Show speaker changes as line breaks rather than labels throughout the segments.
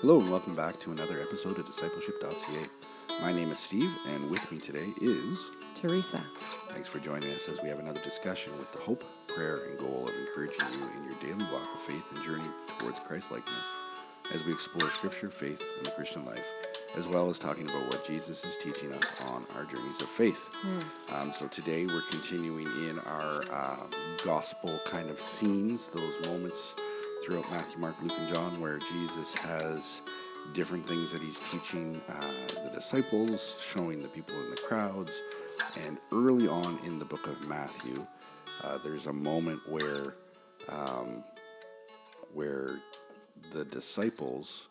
Hello and welcome back to another episode of Discipleship.ca. My name is Steve, and with me today is
Teresa.
Thanks for joining us as we have another discussion with the hope, prayer, and goal of encouraging you in your daily walk of faith and journey towards Christlikeness as we explore scripture, faith, and the Christian life, as well as talking about what Jesus is teaching us on our journeys of faith. Um, so today we're continuing in our uh, gospel kind of scenes, those moments throughout Matthew, Mark, Luke, and John where Jesus has different things that he's teaching uh, the disciples, showing the people in the crowds. And early on in the book of Matthew, uh, there's a moment where where the disciples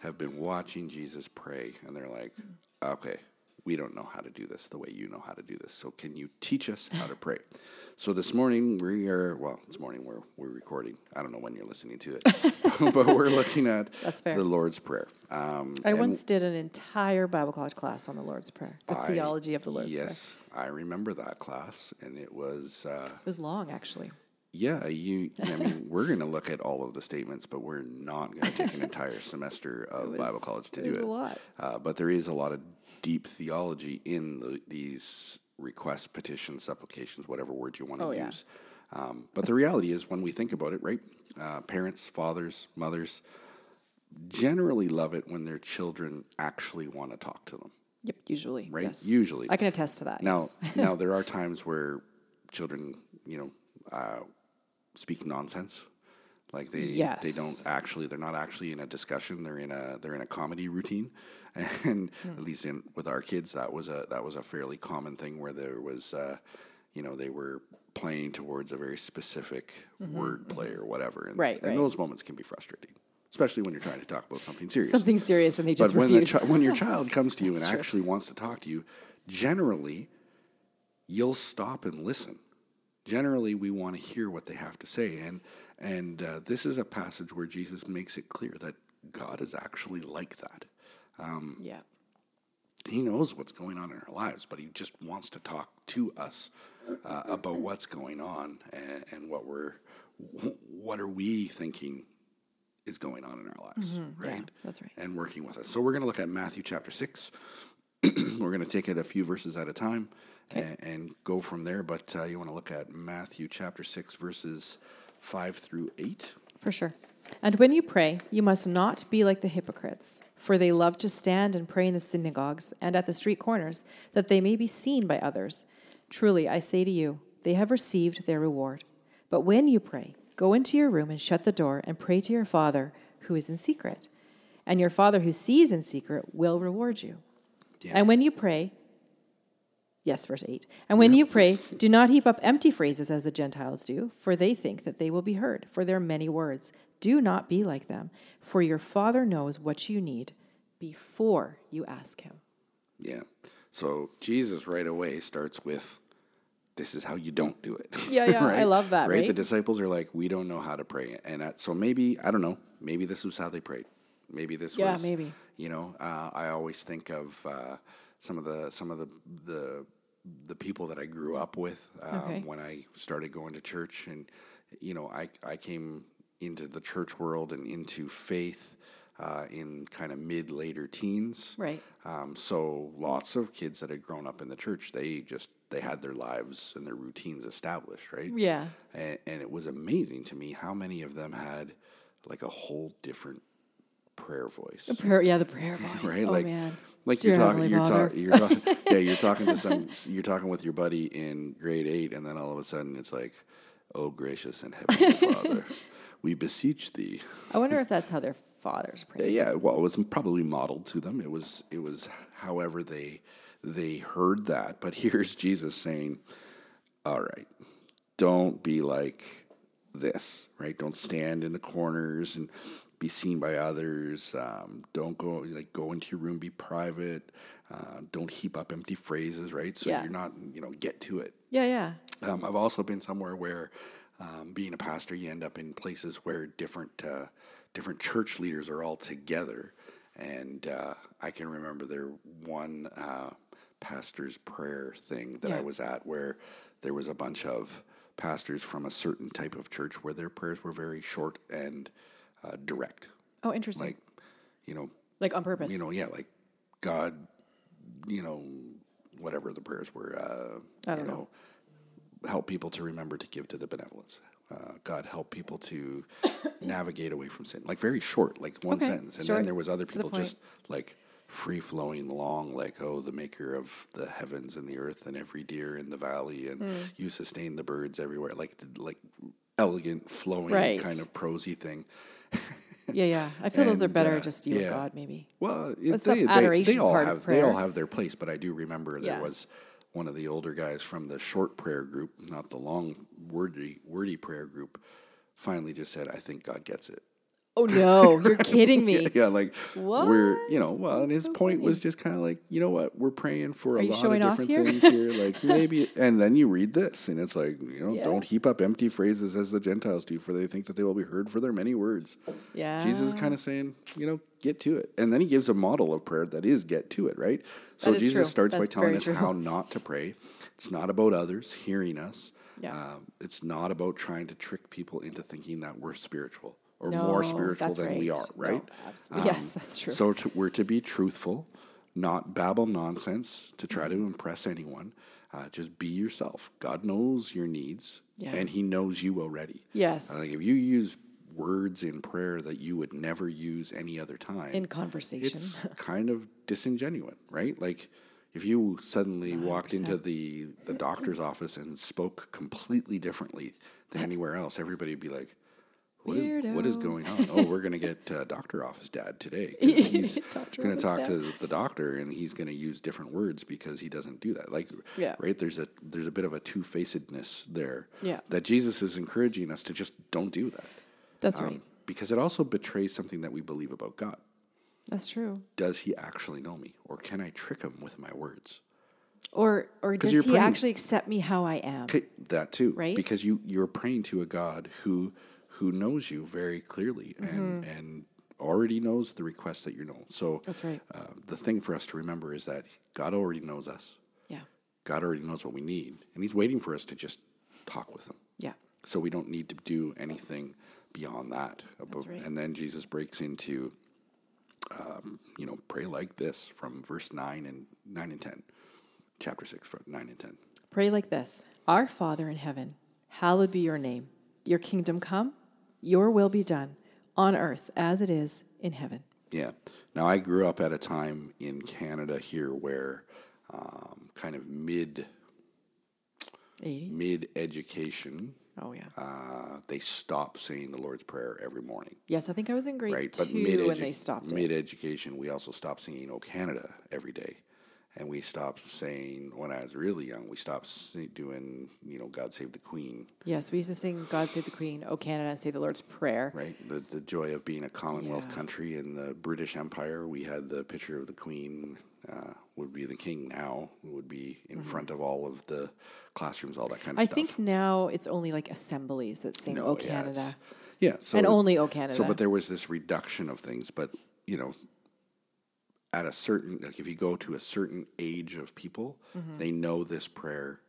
have been watching Jesus pray and they're like, okay, we don't know how to do this the way you know how to do this. So can you teach us how to pray? So this morning we are, well, this morning we're, we're recording. I don't know when you're listening to it, but we're looking at
That's fair.
the Lord's Prayer. Um,
I once did an entire Bible college class on the Lord's Prayer, the
I-
theology of the Lord's Prayer.
Yes, I remember that class and it was, uh,
It was long, actually.
Yeah, you. I mean, we're going to look at all of the statements, but we're not going to take an entire semester of Bible college to
it
do
was
it.
a lot.
Uh, but there is a lot of deep theology in the, these requests, petitions, supplications, whatever word you want to
Oh, yeah.
use. Um, but the reality is, when we think about it, right? Uh, parents, fathers, mothers generally love it when their children actually want to talk to them.
Yep, usually.
Right,
yes.
usually.
I can attest to that.
Now,
yes.
now there are times where children, you know, uh, speak nonsense. Like they they don't
Yes.
actually they're not actually in a discussion. They're in a they're in a comedy routine. And
Hmm.
at least in with our kids, that was a that was a fairly common thing where there was, uh, you know, they were playing towards a very specific word play or whatever. And,
Mm-hmm, Right,
and
right.
those moments can be frustrating, especially when you're trying to talk about something serious
Something serious and they just
but when, the
refuse.
chi- when your child comes to you and actually wants to talk to you, generally, you'll stop and listen. Generally, we want to hear what they have to say, and and uh, this is a passage where Jesus makes it clear that God is actually like that.
yeah.
He knows what's going on in our lives, but he just wants to talk to us uh, about what's going on and, and what we're wh- what are we thinking is going on in our lives, right?
Mm-hmm. That's right.
and working with us. So we're going to look at Matthew chapter 6. we're going to take it a few verses at a time and, and go from there. But uh, you want to look at Matthew chapter 6, verses 5 through 8.
For sure. And when you pray, you must not be like the hypocrites, for they love to stand and pray in the synagogues and at the street corners, that they may be seen by others. Truly, I say to you, they have received their reward. But when you pray, go into your room and shut the door and pray to your Father who is in secret. And your Father who sees in secret will reward you.
Yeah.
And when you pray, yes, verse 8. And when you pray, do not heap up empty phrases as the Gentiles do, for they think that they will be heard for their many words. Do not be like them, for your Father knows what you need before you ask Him.
Yeah. So Jesus right away starts with, this is how you don't do it.
Yeah, yeah, I love that,
The
right?
disciples are like, we don't know how to pray, and that, so maybe I don't know. Maybe this was how they prayed. Maybe this
Yeah,
was.
maybe.
You know, uh, I always think of uh, some of the some of the the the people that I grew up with um,
Okay.
when I started going to church, and you know, I I came into the church world and into faith uh, in kind of mid later teens.
Right.
Um, so lots of kids that had grown up in the church, they just they had their lives and their routines established, right?
Yeah.
And, and it was amazing to me how many of them had like a whole different prayer voice,
Prayer, yeah, the prayer voice.
right?
Oh,
like,
man.
like
Dear
you're talking,
Heavenly
you're
Father.
talking, you're talking, yeah, you're talking to some, you're talking with your buddy in grade eight, and then all of a sudden it's like, oh gracious and heavenly Father, we beseech thee.
I wonder if that's how their fathers pray.
Yeah, well, it was probably modeled to them. It was it was however they they heard that. But here's Jesus saying, "All right, don't be like this, right? Don't stand in the corners and be seen by others. Um, don't go like go into your room, be private. Uh, don't heap up empty phrases, right? So
Yeah.
you're not you know get to it.
Yeah, yeah.
Um, I've also been somewhere where, um, being a pastor, you end up in places where different uh, different church leaders are all together, and uh, I can remember there one uh, pastor's prayer thing that I
Yeah.
was at where there was a bunch of pastors from a certain type of church where their prayers were very short and uh, direct,
Oh, interesting.
like you know,
Like on purpose.
you know, yeah, like God, you know, whatever the prayers were, uh, you know, help people to remember to give to the benevolence. Uh, God help people to navigate away from sin. Like very short, like one
Okay,
sentence, and
short,
then there was other
to the
people
point.
just like free flowing long, like oh, the maker of the heavens and the earth and every deer in the valley,
Hmm.
and you sustain the birds everywhere. Like like elegant, flowing
Right.
kind of prosy thing.
yeah, yeah. I feel those are
And,
better
uh,
just you
yeah.
and God, maybe.
Well, it-
That's the
they, they, they
adoration
all
part of
have they all
prayer.
have their place, but I do remember there
Yeah.
was one of the older guys from the short prayer group, not the long wordy wordy prayer group, finally just said, "I think God gets it."
Oh no, you're kidding me.
Yeah, like we're you know, well, and his point was just kind of like, you know what, we're praying for a
you
lot of
showing off
different
here?
things here, like maybe, and then you read this, and it's like, you know,
Yeah.
don't heap up empty phrases as the Gentiles do, for they think that they will be heard for their many words.
Yeah.
Jesus is kind of saying, you know, get to it. And then he gives a model of prayer that is get to it, right? So
is
Jesus
true.
starts by
That's
telling
very
us
true.
how not to pray. It's not about others hearing us.
Yeah.
Uh, it's not about trying to trick people into thinking that we're spiritual or more
No,
spiritual
that's
than we are,
right. No,
right? Um,
absolutely. Yes, that's true.
So to, we're to be truthful, not babble nonsense to try
Mm-hmm.
to impress anyone. Uh, just be yourself. God knows your needs,
Yeah.
and He knows you already.
Yes.
Uh, Like if you use words in prayer that you would never use any other time,
in conversation.
it's kind of disingenuous, right? Like if you suddenly walked into the, the doctor's office and spoke completely differently than anywhere else, everybody would be like, what is, what is
Weirdo.
going on? Oh, we're going to get uh, doctor office dad today. 'cause He's
Doctor
going to
office
talk
dad.
to the doctor and he's going to use different words because he doesn't do that. Like,
Yeah.
right? There's a there's a bit of a two facedness there.
Yeah.
That Jesus is encouraging us to just don't do that
That's
Um,
right.
because it also betrays something that we believe about God.
That's true.
Does he actually know me, or can I trick him with my words?
Or or does
you're
he
praying.
actually accept me how I am?
Okay, that too,
Right?
Because you you're praying to a God who who knows you very clearly and and already knows the request that you know. So
Mm-hmm. That's right.
Uh, the thing for us to remember is that God already knows us.
Yeah.
God already knows what we need, and He's waiting for us to just talk with Him.
Yeah.
So we don't need to do anything beyond that. But-
right.
And then Jesus breaks into, um, you know, pray like this from verse nine and nine and ten, chapter six, fr- nine and ten.
Pray like this Our Father in heaven, hallowed be your name. Your kingdom come, your will be done, on earth as it is in heaven.
Yeah. Now I grew up at a time in Canada here where, um, kind of mid
80s?
mid education,
Oh, yeah.
uh, they stopped saying the Lord's Prayer every morning.
yes, I think I was in grade
right? But
two
mid
when they stopped it.
mid education, we also stopped singing "O Canada" every day, and we stopped saying when I was really young, we stopped si- doing you know "God Save the Queen,"
Yes, we used to sing God Save the Queen, O Canada, and say the Lord's Prayer.
right? The the joy of being a Commonwealth
Yeah.
country in the British Empire. We had the picture of the Queen. Uh, would be the king now would be in front of all of the classrooms, all that kind of
Mm-hmm. I
stuff.
think now it's only like assemblies that sing
yeah,
O
it's-
Canada.
Yeah, so
And only O
So,
Canada.
but there was this reduction of things, but you know, at a certain like if you go to a certain age of people, they know this prayer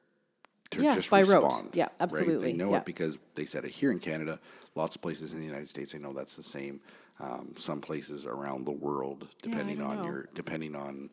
to
Mm-hmm. Yeah,
just
by rote.
respond.
Yeah,
Right? They
absolutely,
know
yeah.
it because they said it here in Canada. Lots of places in the United States, I know that's the same. Um, some places around the world,
I
depending
don't
on
know.
your depending on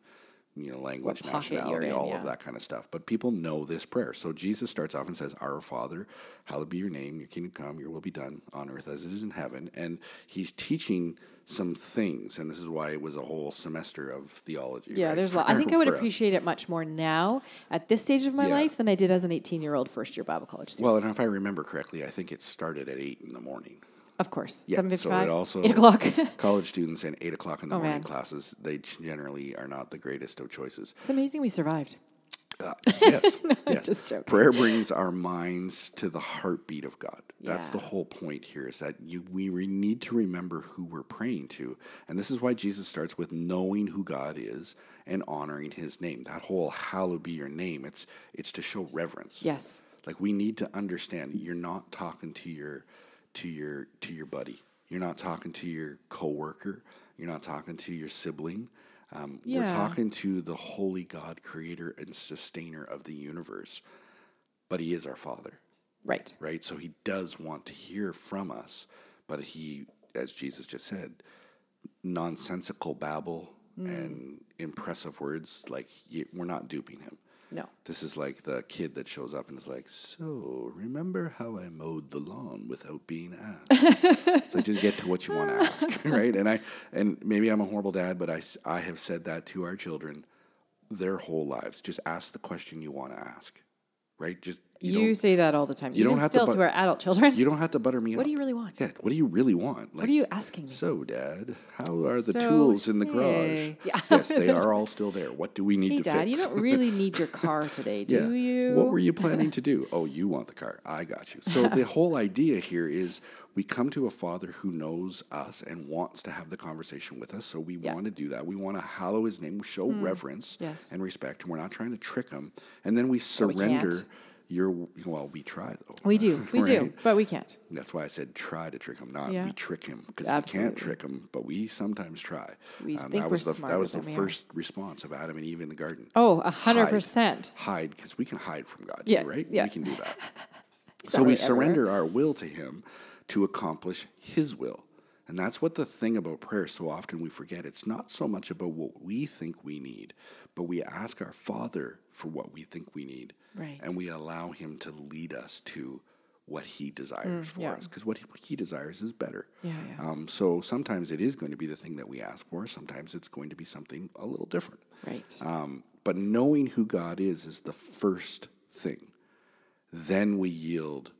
you know language,
pocket you're
nationality,
in,
all
yeah.
of that kind of stuff. But people know this prayer. So Jesus starts off and says, Our Father, hallowed be your name, your kingdom come, your will be done on earth as it is in heaven. And he's teaching some things. And this is why it was a whole semester of theology.
Yeah,
right,
there's a lot. I think I
for
would
us.
appreciate it much more now at this stage of my
Yeah.
life than I did as an 18 year old first year Bible college student.
Well, and if I remember correctly, I think it started at 8 in the morning.
of course,
Yeah, so
7:55,
it also
8 o'clock.
college students and eight o'clock in the
Oh,
morning
man.
classes they generally are not the greatest of choices.
it's amazing we survived.
Uh, yes, yes.
just joking.
Prayer brings our minds to the heartbeat of God. That's the
Yeah.
whole point here is that you, we re- need to remember who we're praying to. And this is why Jesus starts with knowing who God is and honoring his name. That whole hallowed be your name, it's it's to show reverence.
Yes,
Like we need to understand you're not talking to your to your to your buddy. You're not talking to your coworker. You're not talking to your sibling. Um, We're
Yeah.
talking to the holy God, creator and sustainer of the universe. But he is our father,
right.
right? So he does want to hear from us, but he as Jesus just said, nonsensical babble and impressive words. Like, y- we're not duping him.
No.
This is like the kid that shows up and is like, "So remember how I mowed the lawn without being asked?" so just get to what you want to ask, right? And I and maybe I'm a horrible dad, but I s- I have said that to our children their whole lives. Just ask the question you want to ask, right? Just
You,
don't-
say that all the time.
you don't
Even
have to
still
bu-
to, our adult children.
you don't have to butter me
what
up.
do you really want?
Yeah, what do you really want? Like,
What are you asking me?
So, Dad, how are the
So,
tools in the
hey.
garage?
Yeah.
Yes, they are all still there. What do we need
hey,
to
Dad,
fix?
you don't really need your car today, do you?
What were you planning to do? Oh, you want the car. I got you. So the whole idea here is we come to a father who knows us and wants to have the conversation with us. So we want to do that. We want to hallow his name, show reverence
Hmm. Yes.
and respect. And we're not trying to trick him. And then we surrender
can't.
your, well, we try though.
We do, we do,
Right?
but we can't.
That's why I said try to trick him, not
Yeah.
we trick him because we can't
Absolutely.
trick him, but we sometimes try. Um,
We think
that was
we're
the
smarter
that was the
than we are.
first response of Adam and Eve in the garden.
Oh, a hundred
Hide.
percent.
Hide because we can hide from God.
Yeah,
too, right.
yeah.
We can do that.
It's
so
not
we
really everywhere.
surrender our will to Him to accomplish His will, and that's what the thing about prayer. So often we forget it's not so much about what we think we need, but we ask our Father for what we think we need,
Right.
And we allow Him to lead us to what He desires for
Mm, yeah.
us because what he, what he desires is better.
Yeah, yeah.
Um, so sometimes it is going to be the thing that we ask for. Sometimes it's going to be something a little different.
Right.
Um, but knowing who God is is the first thing. Then we yield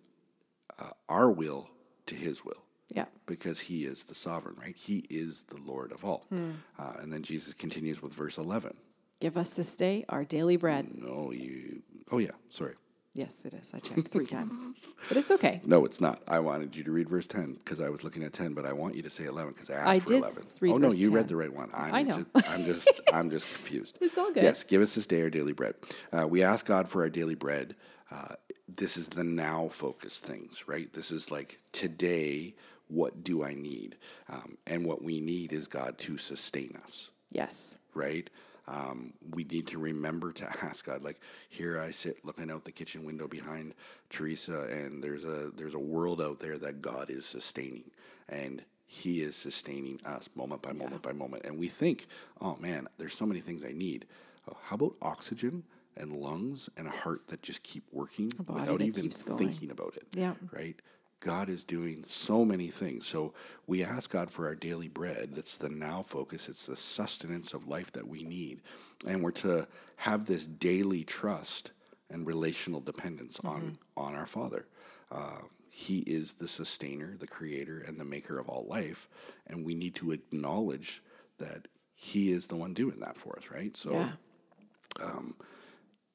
uh, our will to His will
yeah.
because He is the sovereign, right? He is the Lord of all. Uh, and then Jesus continues with verse 11.
Give us this day our daily bread.
No, you. Oh, yeah, sorry.
Yes, it is. I checked three times, but it's okay.
No, it's not. I wanted you to read verse 10 because I was looking at 10, but I want you to say 11 because I asked
I
for
did
11.
s- read
oh, no,
verse
you read
10.
the right one. I'm
I know.
ju- I'm just, I'm just confused.
It's all good.
Yes, give us this day our daily bread. Uh, we ask God for our daily bread. Uh, this is the now focused things, right? This is like today, what do I need? Um, and what we need is God to sustain us
Yes.
right? Um, we need to remember to ask God. Like here, I sit looking out the kitchen window behind Teresa, and there's a there's a world out there that God is sustaining, and He is sustaining us moment by moment by moment. And we think, oh man, there's so many things I need. Oh, how about oxygen and lungs and a heart that just keep working
body
without
that
even
keeps going.
thinking about it?
Yeah.
right? God is doing so many things. So we ask God for our daily bread. That's the now focus, it's the sustenance of life that we need. And we're to have this daily trust and relational dependence on, on our Father. Uh, he is the sustainer, the creator, and the maker of all life. And we need to acknowledge that He is the one doing that for us, right? So
Yeah.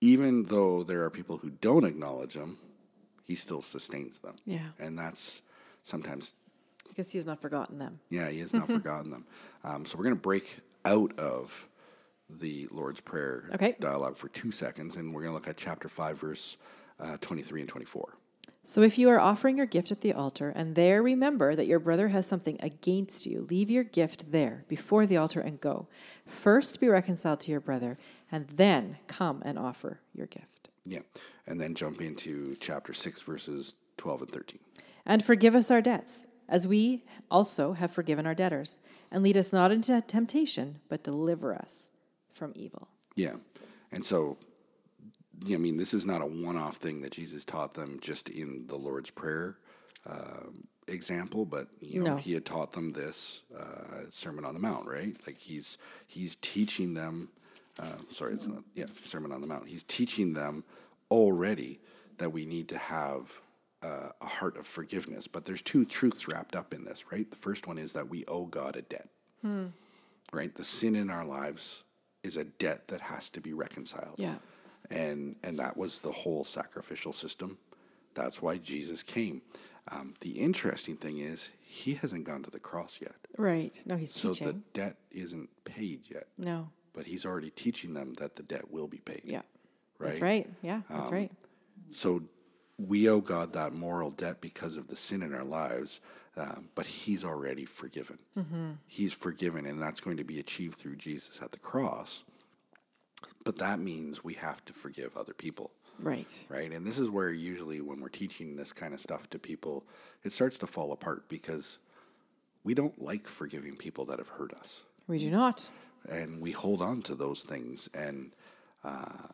even though there are people who don't acknowledge him, he still sustains them.
Yeah.
And that's sometimes,
Because he has not forgotten them.
yeah, he has not forgotten them. Um, so we're going to break out of the Lord's Prayer
Okay.
dialogue for two seconds, and we're going to look at chapter 5, verse uh, 23 and 24.
So if you are offering your gift at the altar, and there remember that your brother has something against you, leave your gift there before the altar and go. First be reconciled to your brother, and then come and offer your gift.
Yeah. And then jump into chapter 6, verses 12 and 13.
And forgive us our debts, as we also have forgiven our debtors. And lead us not into temptation, but deliver us from evil.
Yeah. And so, yeah, I mean, this is not a one off thing that Jesus taught them just in the Lord's Prayer um example, but, you know,
No.
he had taught them this uh, Sermon on the Mount, right? Like he's he's teaching them, uh, sorry, it's not, yeah, Sermon on the Mount. He's teaching them already that we need to have uh, a heart of forgiveness. But there's two truths wrapped up in this, right? The first one is that we owe God a debt right? The sin in our lives is a debt that has to be reconciled.
Yeah.
And and that was the whole sacrificial system. That's why Jesus came. Um, the interesting thing is he hasn't gone to the cross yet,
Right. No, he's
so the debt isn't paid yet.
no.
But he's already teaching them that the debt will be paid.
Yeah.
Right. Um,
That's right. Yeah, that's right.
So we owe God that moral debt because of the sin in our lives, um, but He's already forgiven. He's forgiven, and that's going to be achieved through Jesus at the cross. But that means we have to forgive other people,
Right.
right? And this is where usually when we're teaching this kind of stuff to people, it starts to fall apart because we don't like forgiving people that have hurt us,
We do not.
and we hold on to those things. And uh,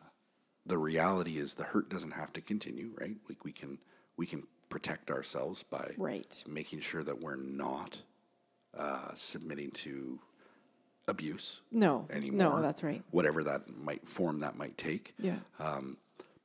the reality is, the hurt doesn't have to continue, right? Like we can we can protect ourselves by
Right.
making sure that we're not uh, submitting to abuse
No.
anymore.
No, that's right.
Whatever that might form that might take.
Yeah.
Uh,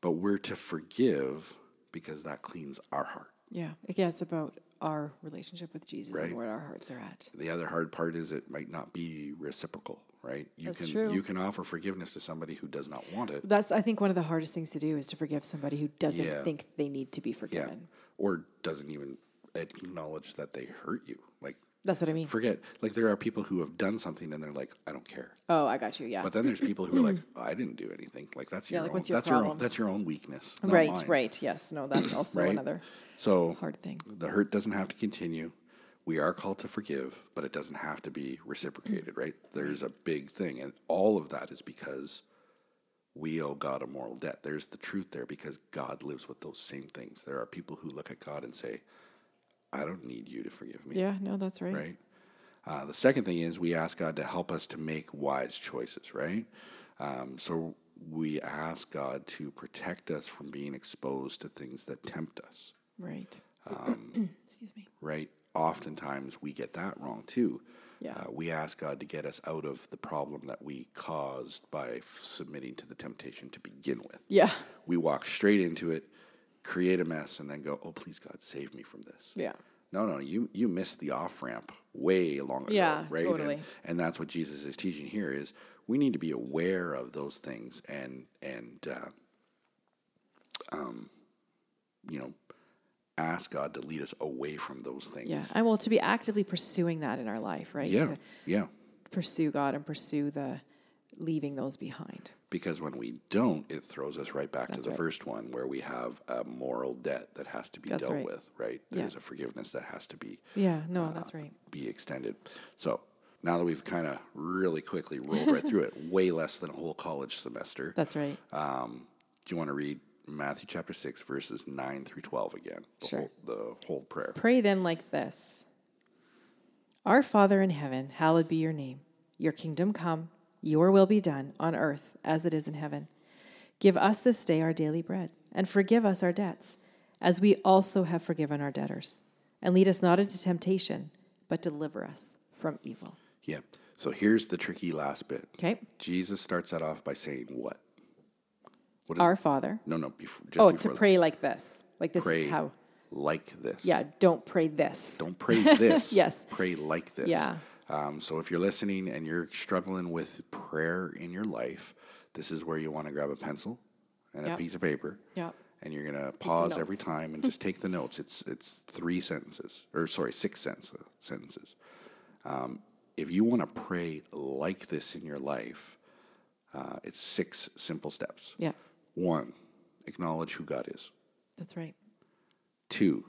But we're to forgive because that cleans our heart.
yeah. Again, it's about our relationship with Jesus
Right.
and where our hearts are at.
The other hard part is it might not be reciprocal, right? You
That's
can
true.
you can offer forgiveness to somebody who does not want it.
That's I think one of the hardest things to do is to forgive somebody who doesn't
Yeah.
think they need to be
Yeah.
forgiven.
Or doesn't even acknowledge that they hurt you. Like
That's what I mean.
forget like there are people who have done something and they're like, I don't care.
oh, I got you. Yeah.
But then there's people who are like, I didn't do anything. Like that's your
like,
own
what's your
that's your own
problem?
that's your own weakness. not
right,
mine,
right. Yes. No, that's also
Right.
another
So
hard thing.
the hurt doesn't have to continue. We are called to forgive, but it doesn't have to be reciprocated, right? There's a big thing. And all of that is because we owe God a moral debt. There's the truth there because God lives with those same things. There are people who look at God and say, I don't need you to forgive me,
Yeah, no, that's right.
right? Uh, the second thing is we ask God to help us to make wise choices, right? Um, so we ask God to protect us from being exposed to things that tempt us
Right.
Um,
Excuse me.
right? Oftentimes we get that wrong too.
Yeah.
Uh, we ask God to get us out of the problem that we caused by f- submitting to the temptation to begin with.
Yeah.
We walk straight into it, create a mess, and then go, "Oh, please, God, save me from this."
Yeah.
No, no, you you missed the off ramp way long ago.
Yeah,
right?
totally.
And, and that's what Jesus is teaching here: is we need to be aware of those things and and uh, um, you know, ask God to lead us away from those things.
Yeah. And well, to be actively pursuing that in our life, right?
Yeah,
To
yeah.
pursue God and pursue the leaving those behind.
Because when we don't, it throws us right back to
That's
the
right.
first one where we have a moral debt that has to be
That's
dealt
right.
with, right?
Yeah.
There's a forgiveness that has to be
Yeah. No,
Uh,
that's right.
be extended. So now that we've kind of really quickly rolled right through it, way less than a whole college semester. um,
That's right.
Do you want to read Matthew chapter six verses nine through twelve again? The
Sure.
Whole, the whole prayer.
Pray then like this Our Father in heaven, hallowed be your name. Your kingdom come, your will be done, on earth as it is in heaven. Give us this day our daily bread, and forgive us our debts, as we also have forgiven our debtors. And lead us not into temptation, but deliver us from evil.
Yeah. So here's the tricky last bit.
Okay?
Jesus starts that off by saying what? What is
Our Father.
no no before just
Oh, to
before that.
pray like this. Like this
pray
is how.
like this.
Yeah, don't pray this.
Don't pray this.
Yes.
Pray like this.
Yeah.
Um, so if you're listening and you're struggling with prayer in your life, this is where you want to grab a pencil and a
Yep.
piece of paper.
Yep.
And you're gonna pause every
notes.
time and just take the notes. It's it's three sentences or sorry six sentences sentences. Um, if you want to pray like this in your life, uh, it's six simple steps.
Yeah,
One, acknowledge who God is.
that's right.
Two,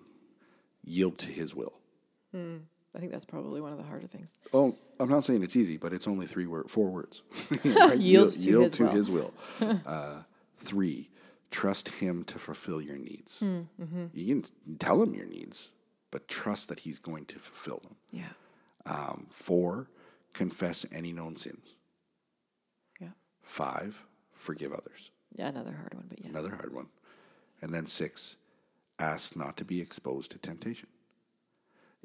yield to His will.
I think that's probably one of the harder things.
Oh, I'm not saying it's easy, but it's only three word, four words. Right?
Yield to his will.
will. uh, three, trust him to fulfill your needs.
Hmm, mm-hmm.
You can tell him your needs, but trust that he's going to fulfill them.
Yeah,
Um, four, confess any known sins.
yeah.
Five, forgive others.
Yeah, another hard one, but yes.
Another hard one. And then six, ask not to be exposed to temptation.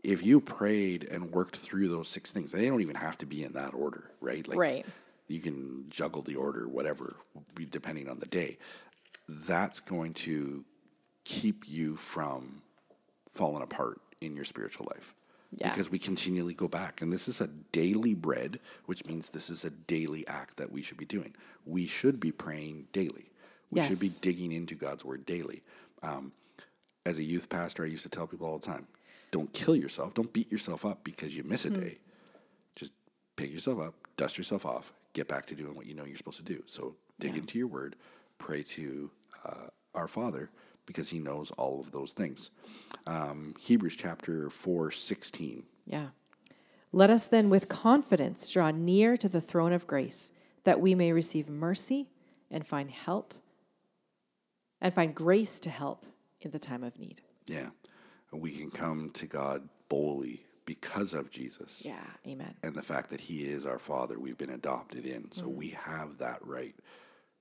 If you prayed and worked through those six things, they don't even have to be in that order, right? Like
Right.
you can juggle the order, whatever, depending on the day. That's going to keep you from falling apart in your spiritual life.
Yeah.
Because we continually go back. And this is a daily bread, which means this is a daily act that we should be doing. We should be praying daily. We should be
Yes.
digging into God's word daily. Um, as a youth pastor, I used to tell people all the time don't kill yourself, don't beat yourself up because you miss a day. Just pick yourself up, dust yourself off, get back to doing what you know you're supposed to do. So dig into your word, pray to uh, our Father because he knows all of those things. Um, Hebrews chapter 4 16.
Yeah. Let us then with confidence draw near to the throne of grace that we may receive mercy and find help and find grace to help in the time of need.
Yeah. We can come to God boldly, because of Jesus
Yeah. Amen.
and the fact that He is our Father. We've been adopted in, so we have that right.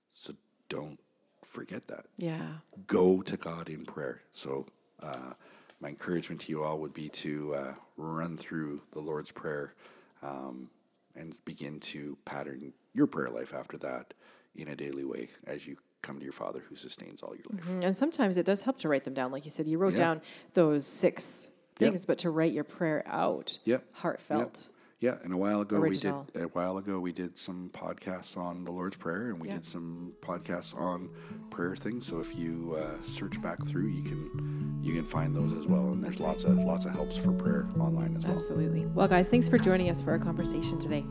So don't forget that
Yeah.
go to God in prayer. So, uh, my encouragement to you all would be to uh, run through the Lord's Prayer um, and begin to pattern your prayer life after that in a daily way as you come to your Father who sustains all your life.
Mm, And sometimes it does help to write them down. Like you said, you wrote
Yeah.
down those six
Yeah.
things, but to write your prayer out,
Yep.
heartfelt.
Yeah, and a while ago
Original.
we did a while ago we did some podcasts on the Lord's Prayer, and we
Yeah.
did some podcasts on prayer things. So if you uh, search back through, you can you can find those as well. And there's lots of lots of helps for prayer online as well.
Absolutely. Well, guys, thanks for joining us for our conversation today.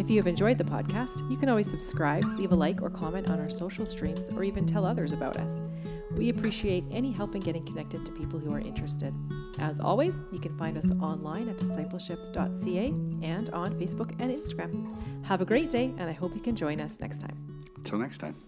If you have enjoyed the podcast, you can always subscribe, leave a like or comment on our social streams, or even tell others about us. We appreciate any help in getting connected to people who are interested. As always, you can find us online at discipleship.ca and on Facebook and Instagram. Have a great day, and I hope you can join us next time.
Till next time.